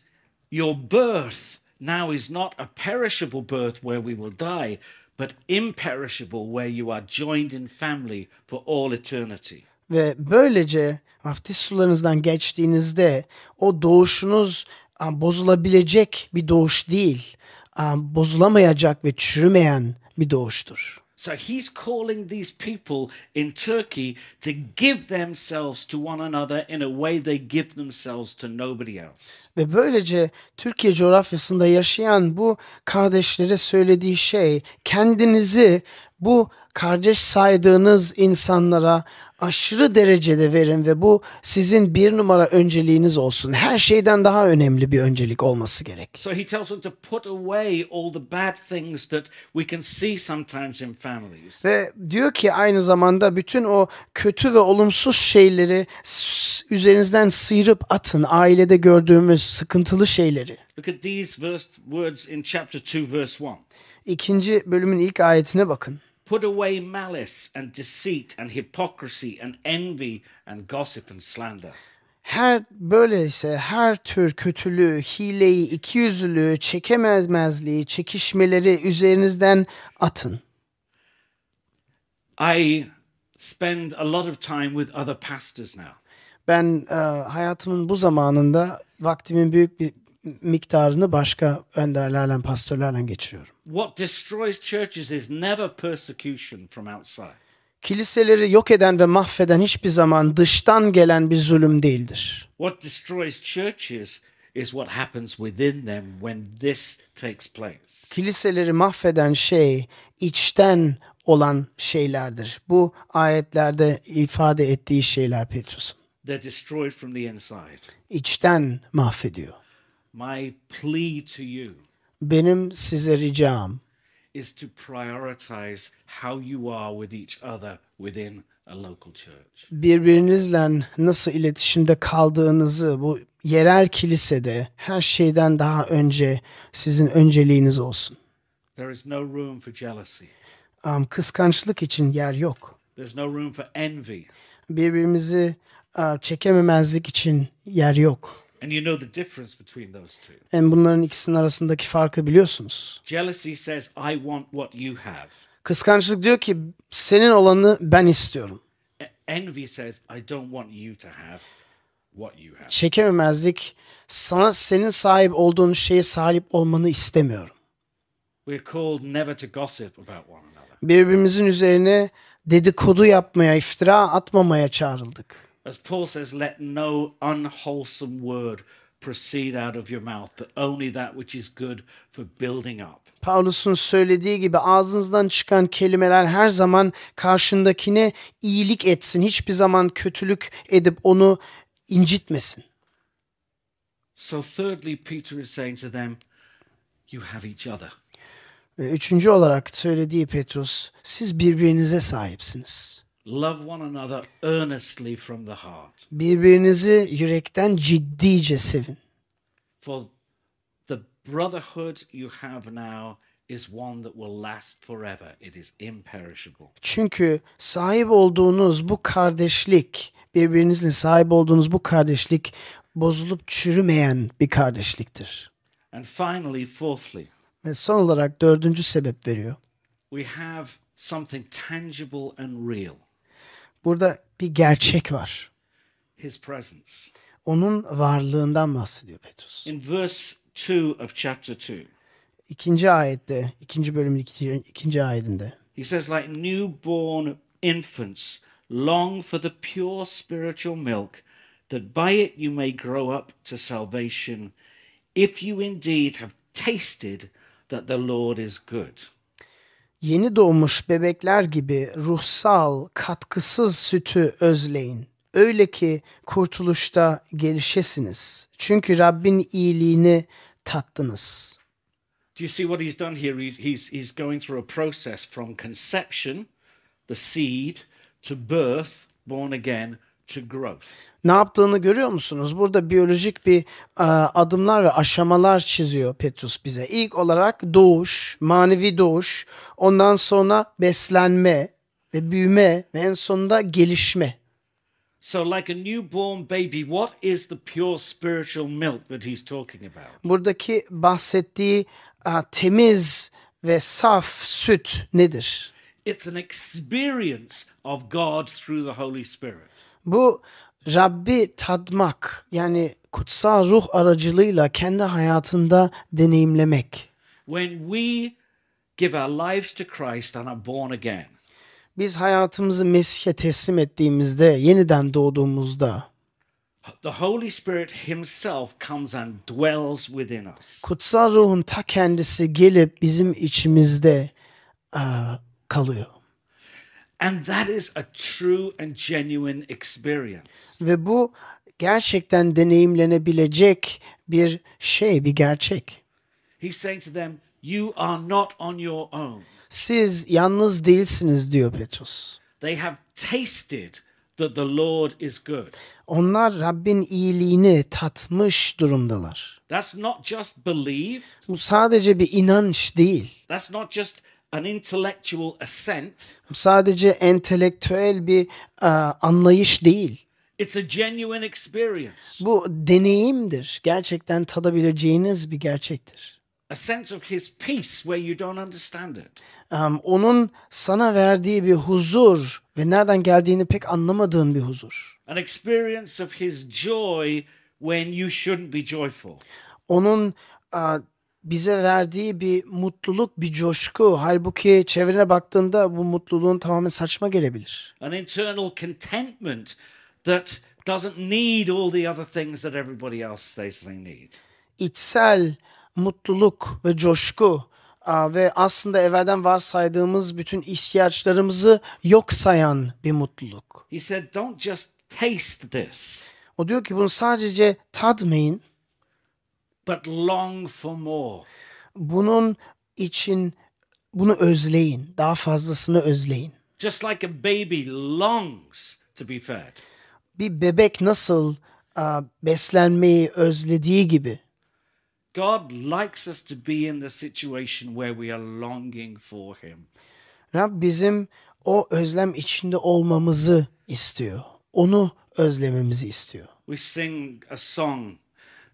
your birth now is not a perishable birth where we will die, but imperishable where you are joined in family for all eternity.
Ve böylece vaftiz sularınızdan geçtiğinizde o doğuşunuz a, bozulabilecek bir doğuş değil, a, bozulamayacak ve çürümeyen bir doğuştur.
So he's calling these people in Turkey to give themselves to one another in a way they give themselves to nobody else.
Ve böylece Türkiye coğrafyasında yaşayan bu kardeşlere söylediği şey kendinizi bu kardeş saydığınız insanlara aşırı derecede verin ve bu sizin bir numara önceliğiniz olsun. Her şeyden daha önemli bir öncelik olması gerek.
So he tells them to put away all the bad things that we can see sometimes in families.
Ve diyor ki aynı zamanda bütün o kötü ve olumsuz şeyleri s- üzerinizden sıyırıp atın. Ailede gördüğümüz sıkıntılı şeyleri.
Look at these verse, words in chapter 2, verse 1.
İkinci bölümün ilk ayetine bakın.
Put away malice and deceit and hypocrisy and envy and gossip and slander.
Her böyleyse her tür kötülüğü, hileyi, ikiyüzlülüğü, çekemezmezliği, çekişmeleri üzerinizden atın.
I spend a lot of time with other pastors now.
Ben e, hayatımın bu zamanında vaktimin büyük bir miktarını başka önderlerle, pastörlerle geçiriyorum.
What destroys churches is never persecution from outside.
Kiliseleri yok eden ve mahveden hiçbir zaman dıştan gelen bir zulüm değildir.
What destroys churches is what happens within them when this takes place.
Kiliseleri mahveden şey içten olan şeylerdir. Bu ayetlerde ifade ettiği şeyler Petrus'un.
They're destroyed from the inside.
içten mahvediyor.
My plea to you
Benim size ricam
is to prioritize how you are with each other within a local church.
birbirinizle nasıl iletişimde kaldığınızı bu yerel kilisede her şeyden daha önce sizin önceliğiniz olsun.
There is no room for jealousy.
Am, kıskançlık için yer yok.
There's no room for envy.
Birbirimizi a, çekememezlik için yer yok.
And you know the difference between those two.
Hem bunların ikisinin arasındaki farkı biliyorsunuz.
Jealousy says, I want what you have.
Kıskançlık diyor ki senin olanı ben istiyorum.
E- Envy says, I don't want you to have what you have.
Çekememezlik sana senin sahip olduğun şeye sahip olmanı istemiyorum.
We're called never to gossip about one another.
birbirimizin üzerine dedikodu yapmaya, iftira atmamaya çağrıldık.
As Paul says, let no unwholesome word proceed out of your mouth, but only that which is good for building up.
Paulus'un söylediği gibi ağzınızdan çıkan kelimeler her zaman karşındakine iyilik etsin. Hiçbir zaman kötülük edip onu incitmesin.
So, thirdly, Peter is saying to them, You have each other.
Ve üçüncü olarak söylediği Petrus, siz birbirinize sahipsiniz.
Love one another earnestly from the heart,
Birbirinizi yürekten ciddice sevin.
for the brotherhood you have now is one that will last forever. It is imperishable.
Çünkü sahip olduğunuz bu kardeşlik, birbirinizle sahip olduğunuz bu kardeşlik bozulup çürümeyen bir kardeşliktir.
And finally, fourthly,
Ve son olarak dördüncü sebep veriyor.
we have something tangible and real
Burada bir gerçek var.
His presence.
Onun varlığından bahsediyor Petrus.
In verse 2 of chapter 2,
İkinci ayette, ikinci bölümün ikinci, ikinci ayetinde.
he says, like newborn infants, long for the pure spiritual milk, that by it you may grow up to salvation, if you indeed have tasted that the Lord is good.
Yeni doğmuş bebekler gibi ruhsal, katkısız sütü özleyin. Öyle ki kurtuluşta gelişesiniz. Çünkü Rabbin iyiliğini tattınız.
Do you see what he's done here? He's, he's, he's going through a process from conception, the seed, to birth, born again, to growth.
Ne yaptığını görüyor musunuz? Burada biyolojik bir e, adımlar ve aşamalar çiziyor Petrus bize. İlk olarak doğuş, manevi doğuş, ondan sonra beslenme ve büyüme ve en sonunda gelişme.
So, like a newborn baby, what is the pure spiritual milk that he's talking about?
Buradaki bahsettiği e, temiz ve saf süt nedir?
It's an experience of God through the Holy Spirit.
Bu Rabbi tadmak yani kutsal ruh aracılığıyla kendi hayatında deneyimlemek.
When we give our lives to Christ and are born again,
Biz hayatımızı Mesih'e teslim ettiğimizde, yeniden doğduğumuzda
the Holy Spirit Himself comes and dwells within us.
kutsal ruhun ta kendisi gelip bizim içimizde e, kalıyor.
And that is a true and genuine experience.
Ve bu gerçekten deneyimlenebilecek bir şey, bir gerçek.
He's saying to them, You are not on your own.
Siz yalnız değilsiniz diyor Petrus.
They have tasted that the Lord is good.
Onlar Rabbin iyiliğini tatmış durumdalar.
That's not just believe,
Bu sadece bir inanç değil.
that's not just an intellectual assent,
Bu sadece entelektüel bir e, anlayış değil.
it's a genuine experience,
Bu deneyimdir. Gerçekten tadabileceğiniz bir gerçektir.
a sense of His peace where you don't understand it.
Em, onun sana verdiği bir huzur ve nereden geldiğini pek anlamadığın bir huzur.
an experience of his joy when you shouldn't be joyful.
Onun e, bize verdiği bir mutluluk, bir coşku. Halbuki çevrene baktığında bu mutluluğun tamamen saçma gelebilir.
An internal contentment that doesn't need all the other things that everybody else says they need.
İçsel mutluluk ve coşku e, ve aslında evvelden varsaydığımız bütün ihtiyaçlarımızı yok sayan bir mutluluk.
He said, Don't just taste this,
O diyor ki bunu sadece tadmayın.
but long for more.
Bunun için bunu özleyin. Daha fazlasını özleyin.
Just like a baby longs to be fed,
Bir bebek nasıl e, beslenmeyi özlediği gibi
God likes us to be in the situation where we are longing for him.
Rab bizim o özlem içinde olmamızı istiyor. Onu özlememizi istiyor.
We sing a song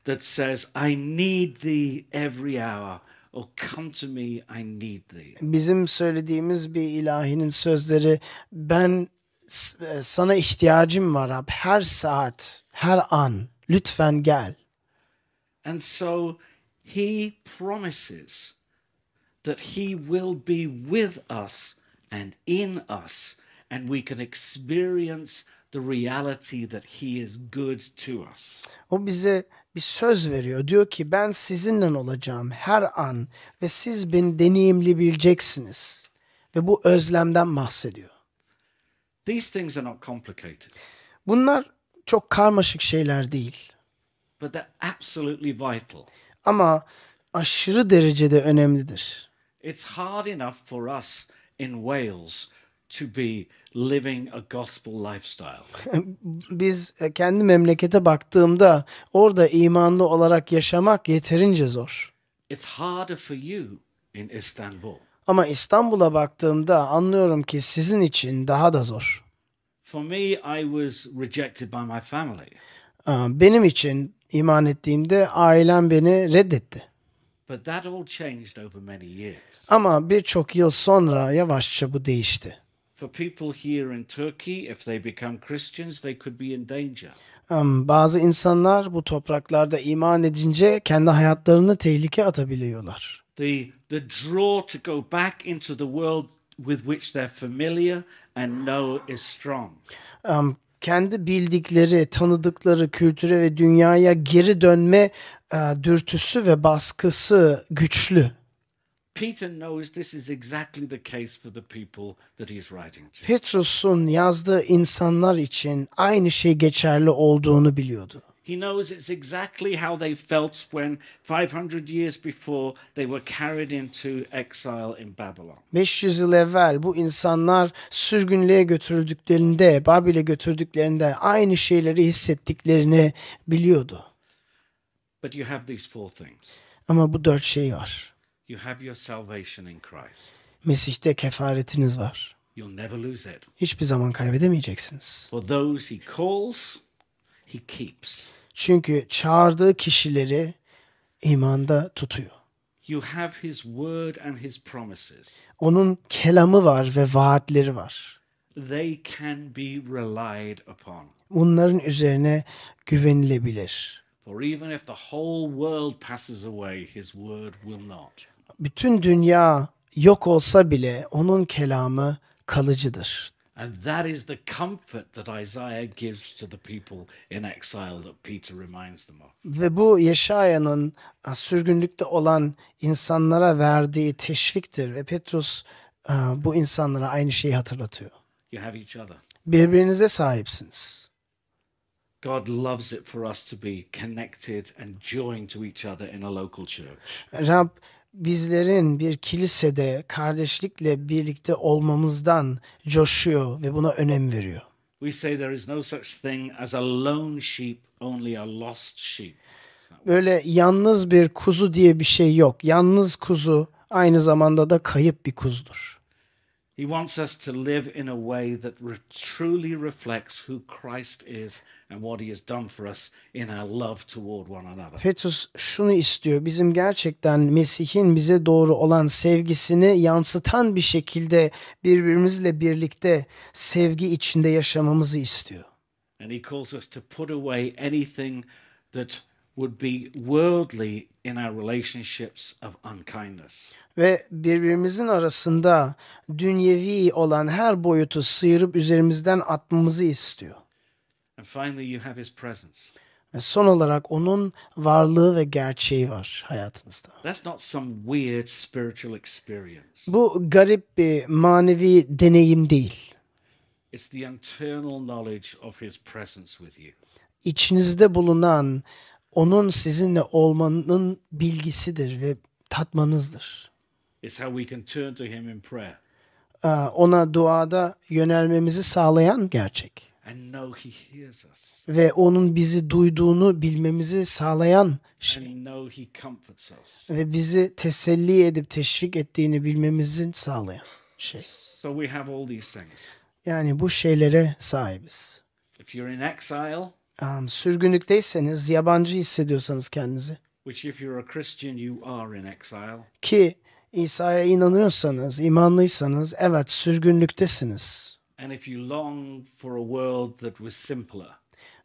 that says, I need thee every hour. Oh, come to me, I need thee.
Bizim söylediğimiz bir ilahinin sözleri ben s- e, sana ihtiyacım var Rab her saat, her an lütfen gel.
And so he promises that he will be with us and in us, and we can experience the reality that he is good to us.
O bize bir söz veriyor. Diyor ki ben sizinle olacağım her an ve siz beni deneyimleyebileceksiniz. Ve bu özlemden bahsediyor.
These things are not complicated,
Bunlar çok karmaşık şeyler değil.
but they're absolutely vital.
Ama aşırı derecede önemlidir.
It's hard enough for us in Wales to be living a gospel lifestyle.
Biz e, kendi memlekete baktığımda orada imanlı olarak yaşamak yeterince zor.
It's harder for you in Istanbul.
Ama İstanbul'a baktığımda anlıyorum ki sizin için daha da zor.
For me, I was rejected by my family,
Aa, Ee, Benim için iman ettiğimde ailem beni reddetti.
but that all changed over many years.
Ama birçok yıl sonra yavaşça bu değişti.
For people here in Turkey, if they become Christians, they could be in danger.
Am, Bazı insanlar bu topraklarda iman edince kendi hayatlarını tehlike atabiliyorlar.
The, the draw to go back into the world with which they're familiar and know is strong.
Am, Kendi bildikleri, tanıdıkları kültüre ve dünyaya geri dönme e, dürtüsü ve baskısı güçlü.
Peter knows this is exactly the case for the people that he's writing to.
Petrus'un yazdığı insanlar için aynı şey geçerli olduğunu biliyordu.
He knows it's exactly how they felt when 500 years before they were carried into exile in Babylon.
500 yıl evvel bu insanlar sürgünlüğe götürüldüklerinde, Babil'e götürdüklerinde aynı şeyleri hissettiklerini biliyordu.
But you have these four things
Ama bu dört şey var.
you have your salvation in Christ,
Mesih'te kefaretiniz var.
you'll never lose it.
Hiçbir zaman kaybedemeyeceksiniz.
For those he calls, he keeps.
Çünkü çağırdığı kişileri imanda tutuyor.
You have his word and his promises,
Onun kelamı var ve vaatleri var.
they can be relied upon.
Bunların üzerine güvenilebilir.
For even if the whole world passes away, his word will not.
bütün dünya yok olsa bile onun kelamı kalıcıdır.
And that is the comfort that Isaiah gives to the people in exile that Peter reminds them of.
Ve bu Yeşaya'nın e, a, sürgünlükte olan insanlara verdiği teşviktir ve Petrus e, bu insanlara aynı şeyi hatırlatıyor.
You have each other.
Birbirinize sahipsiniz.
God loves it for us to be connected and joined to each other in a local church.
Rab bizlerin bir kilisede kardeşlikle birlikte olmamızdan coşuyor ve buna önem veriyor.
We say there is no such thing as a lone sheep, only a lost sheep.
Böyle yalnız bir kuzu diye bir şey yok. Yalnız kuzu aynı zamanda da kayıp bir kuzudur.
He wants us to live in a way that re- truly reflects who Christ is and what he has done for us in our love toward one another.
Petrus şunu istiyor. Bizim gerçekten Mesih'in bize doğru olan sevgisini yansıtan bir şekilde birbirimizle birlikte sevgi içinde yaşamamızı istiyor.
And he calls us to put away anything that would be worldly in our relationships of unkindness.
Ve birbirimizin arasında dünyevi olan her boyutu sıyırıp üzerimizden atmamızı istiyor.
And finally, you have his presence.
Ve son olarak onun varlığı ve gerçeği var hayatınızda.
That's not some weird spiritual experience.
Bu garip bir manevi deneyim değil.
It's the internal knowledge of his presence with you.
İçinizde bulunan onun sizinle olmanın bilgisidir ve tatmanızdır.
It's how we can turn to him in prayer
Ee, Ona duada yönelmemizi sağlayan gerçek
and know he hears us
ve onun bizi duyduğunu bilmemizi sağlayan şey
and know he comforts us.
ve bizi teselli edip teşvik ettiğini bilmemizin sağlayan şey.
So we have all these things.
Yani bu şeylere sahibiz.
If you're in exile,
Um, sürgünlükteyseniz, yabancı hissediyorsanız kendinizi
which if you're a Christian, you are in exile,
ki İsa'ya inanıyorsanız, imanlıysanız evet sürgünlüktesiniz.
and if you long for a world that was simpler,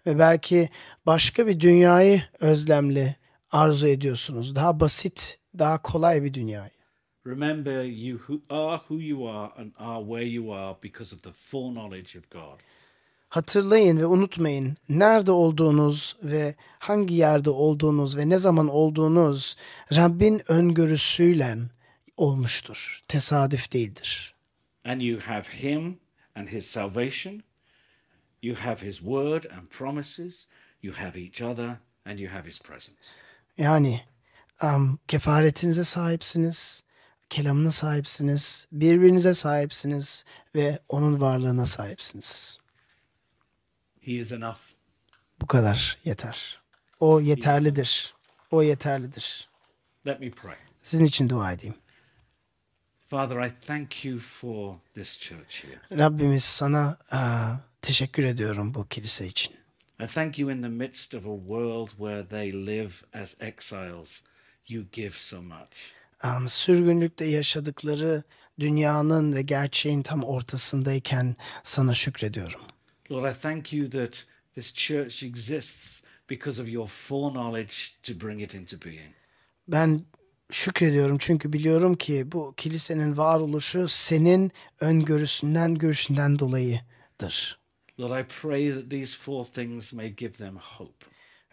Ve belki başka bir dünyayı özlemle arzu ediyorsunuz. Daha basit, daha kolay bir dünyayı.
remember you who are who you are and are where you are because of the foreknowledge of God.
Hatırlayın ve unutmayın nerede olduğunuz ve hangi yerde olduğunuz ve ne zaman olduğunuz Rabbin öngörüsüyle olmuştur. Tesadüf değildir.
And you have Him and His salvation. You have His word and promises. You have each other and you have His presence.
Yani am, kefaretinize sahipsiniz, kelamına sahipsiniz, birbirinize sahipsiniz ve onun varlığına sahipsiniz.
He is enough.
Bu kadar yeter. O yeterlidir. O yeterlidir.
Let me pray.
Sizin için dua edeyim.
Father, I thank you for this church here.
Rabbimiz sana aa, teşekkür ediyorum bu kilise için.
I thank you in the midst of a world where they live as exiles, you give so much.
Am, sürgünlükte yaşadıkları dünyanın ve gerçeğin tam ortasındayken sana şükrediyorum.
Lord, I thank you that this church exists because of your foreknowledge to bring it into being.
Ben şükrediyorum çünkü biliyorum ki bu kilisenin varoluşu senin öngörüsünden, görüşünden dolayıdır.
Lord, I pray that these four things may give them hope.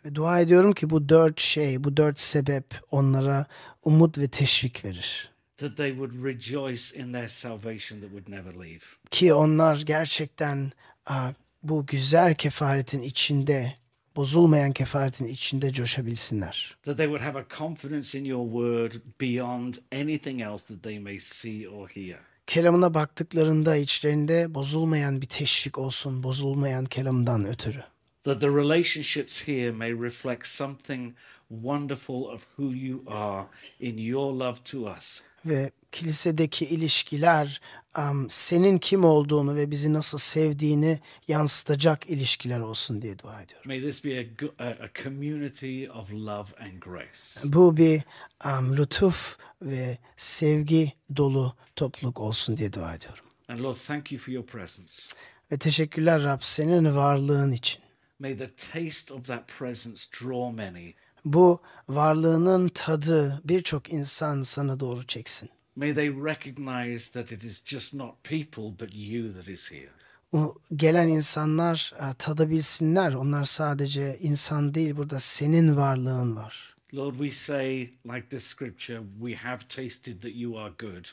Ve dua ediyorum ki bu dört şey, bu dört sebep onlara umut ve teşvik verir.
that they would rejoice in their salvation that would never leave.
Ki onlar gerçekten aa, bu güzel kefaretin içinde, bozulmayan kefaretin içinde coşabilsinler.
That they would have a confidence in your word beyond anything else that they may see or hear.
Kelamına baktıklarında içlerinde bozulmayan bir teşvik olsun, bozulmayan kelamından ötürü.
That the relationships here may reflect something wonderful of who you are in your love to us.
ve kilisedeki ilişkiler am, senin kim olduğunu ve bizi nasıl sevdiğini yansıtacak ilişkiler olsun diye dua ediyorum.
May this be a, go- a, a community of love and grace.
Bu bir am, lütuf ve sevgi dolu topluluk olsun diye dua ediyorum.
And Lord, thank you for your presence.
Ve teşekkürler Rab senin varlığın için.
May the taste of that presence draw many.
Bu varlığının tadı birçok insan sana doğru çeksin.
May they recognize that it is just not people, but you that is here.
O gelen insanlar e, tadabilsinler. Onlar sadece insan değil burada senin varlığın var.
Lord, we say, like this scripture, we have tasted that you are good.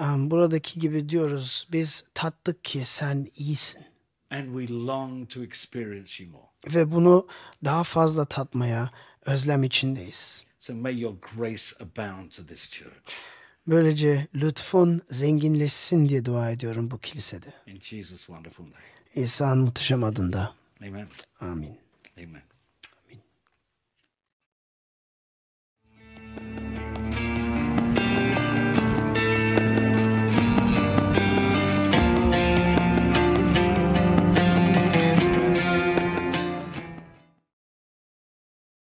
Um, Buradaki gibi diyoruz biz tattık ki sen iyisin
and we long to experience you more.
ve bunu daha fazla tatmaya özlem içindeyiz.
So may your grace abound to this church.
Böylece lütfun zenginleşsin diye dua ediyorum bu kilisede.
In Jesus' wonderful name.
İsa'nın muhteşem adında.
Amen.
Amin.